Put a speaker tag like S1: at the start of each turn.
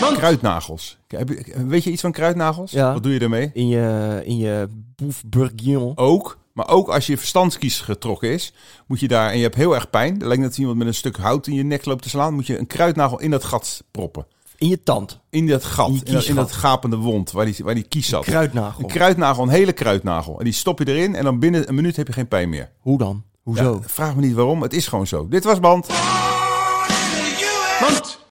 S1: Want-
S2: Kruidnagels. Heb je- Weet je iets van kruidnagels?
S1: Ja.
S2: Wat doe je daarmee?
S1: In je, in je boef bourguignon.
S2: Ook. Maar ook als je verstandskies getrokken is, moet je daar, en je hebt heel erg pijn, dan lijkt net als iemand met een stuk hout in je nek loopt te slaan, moet je een kruidnagel in dat gat proppen.
S1: In je tand.
S2: In dat gat,
S1: In je
S2: in, dat, in
S1: kiesgat.
S2: dat gapende wond waar die, waar die kies zat.
S1: Kruidnagel.
S2: Een kruidnagel, een hele kruidnagel. En die stop je erin en dan binnen een minuut heb je geen pijn meer.
S1: Hoe dan? Hoezo?
S2: Ja, vraag me niet waarom, het is gewoon zo. Dit was Band.
S3: Want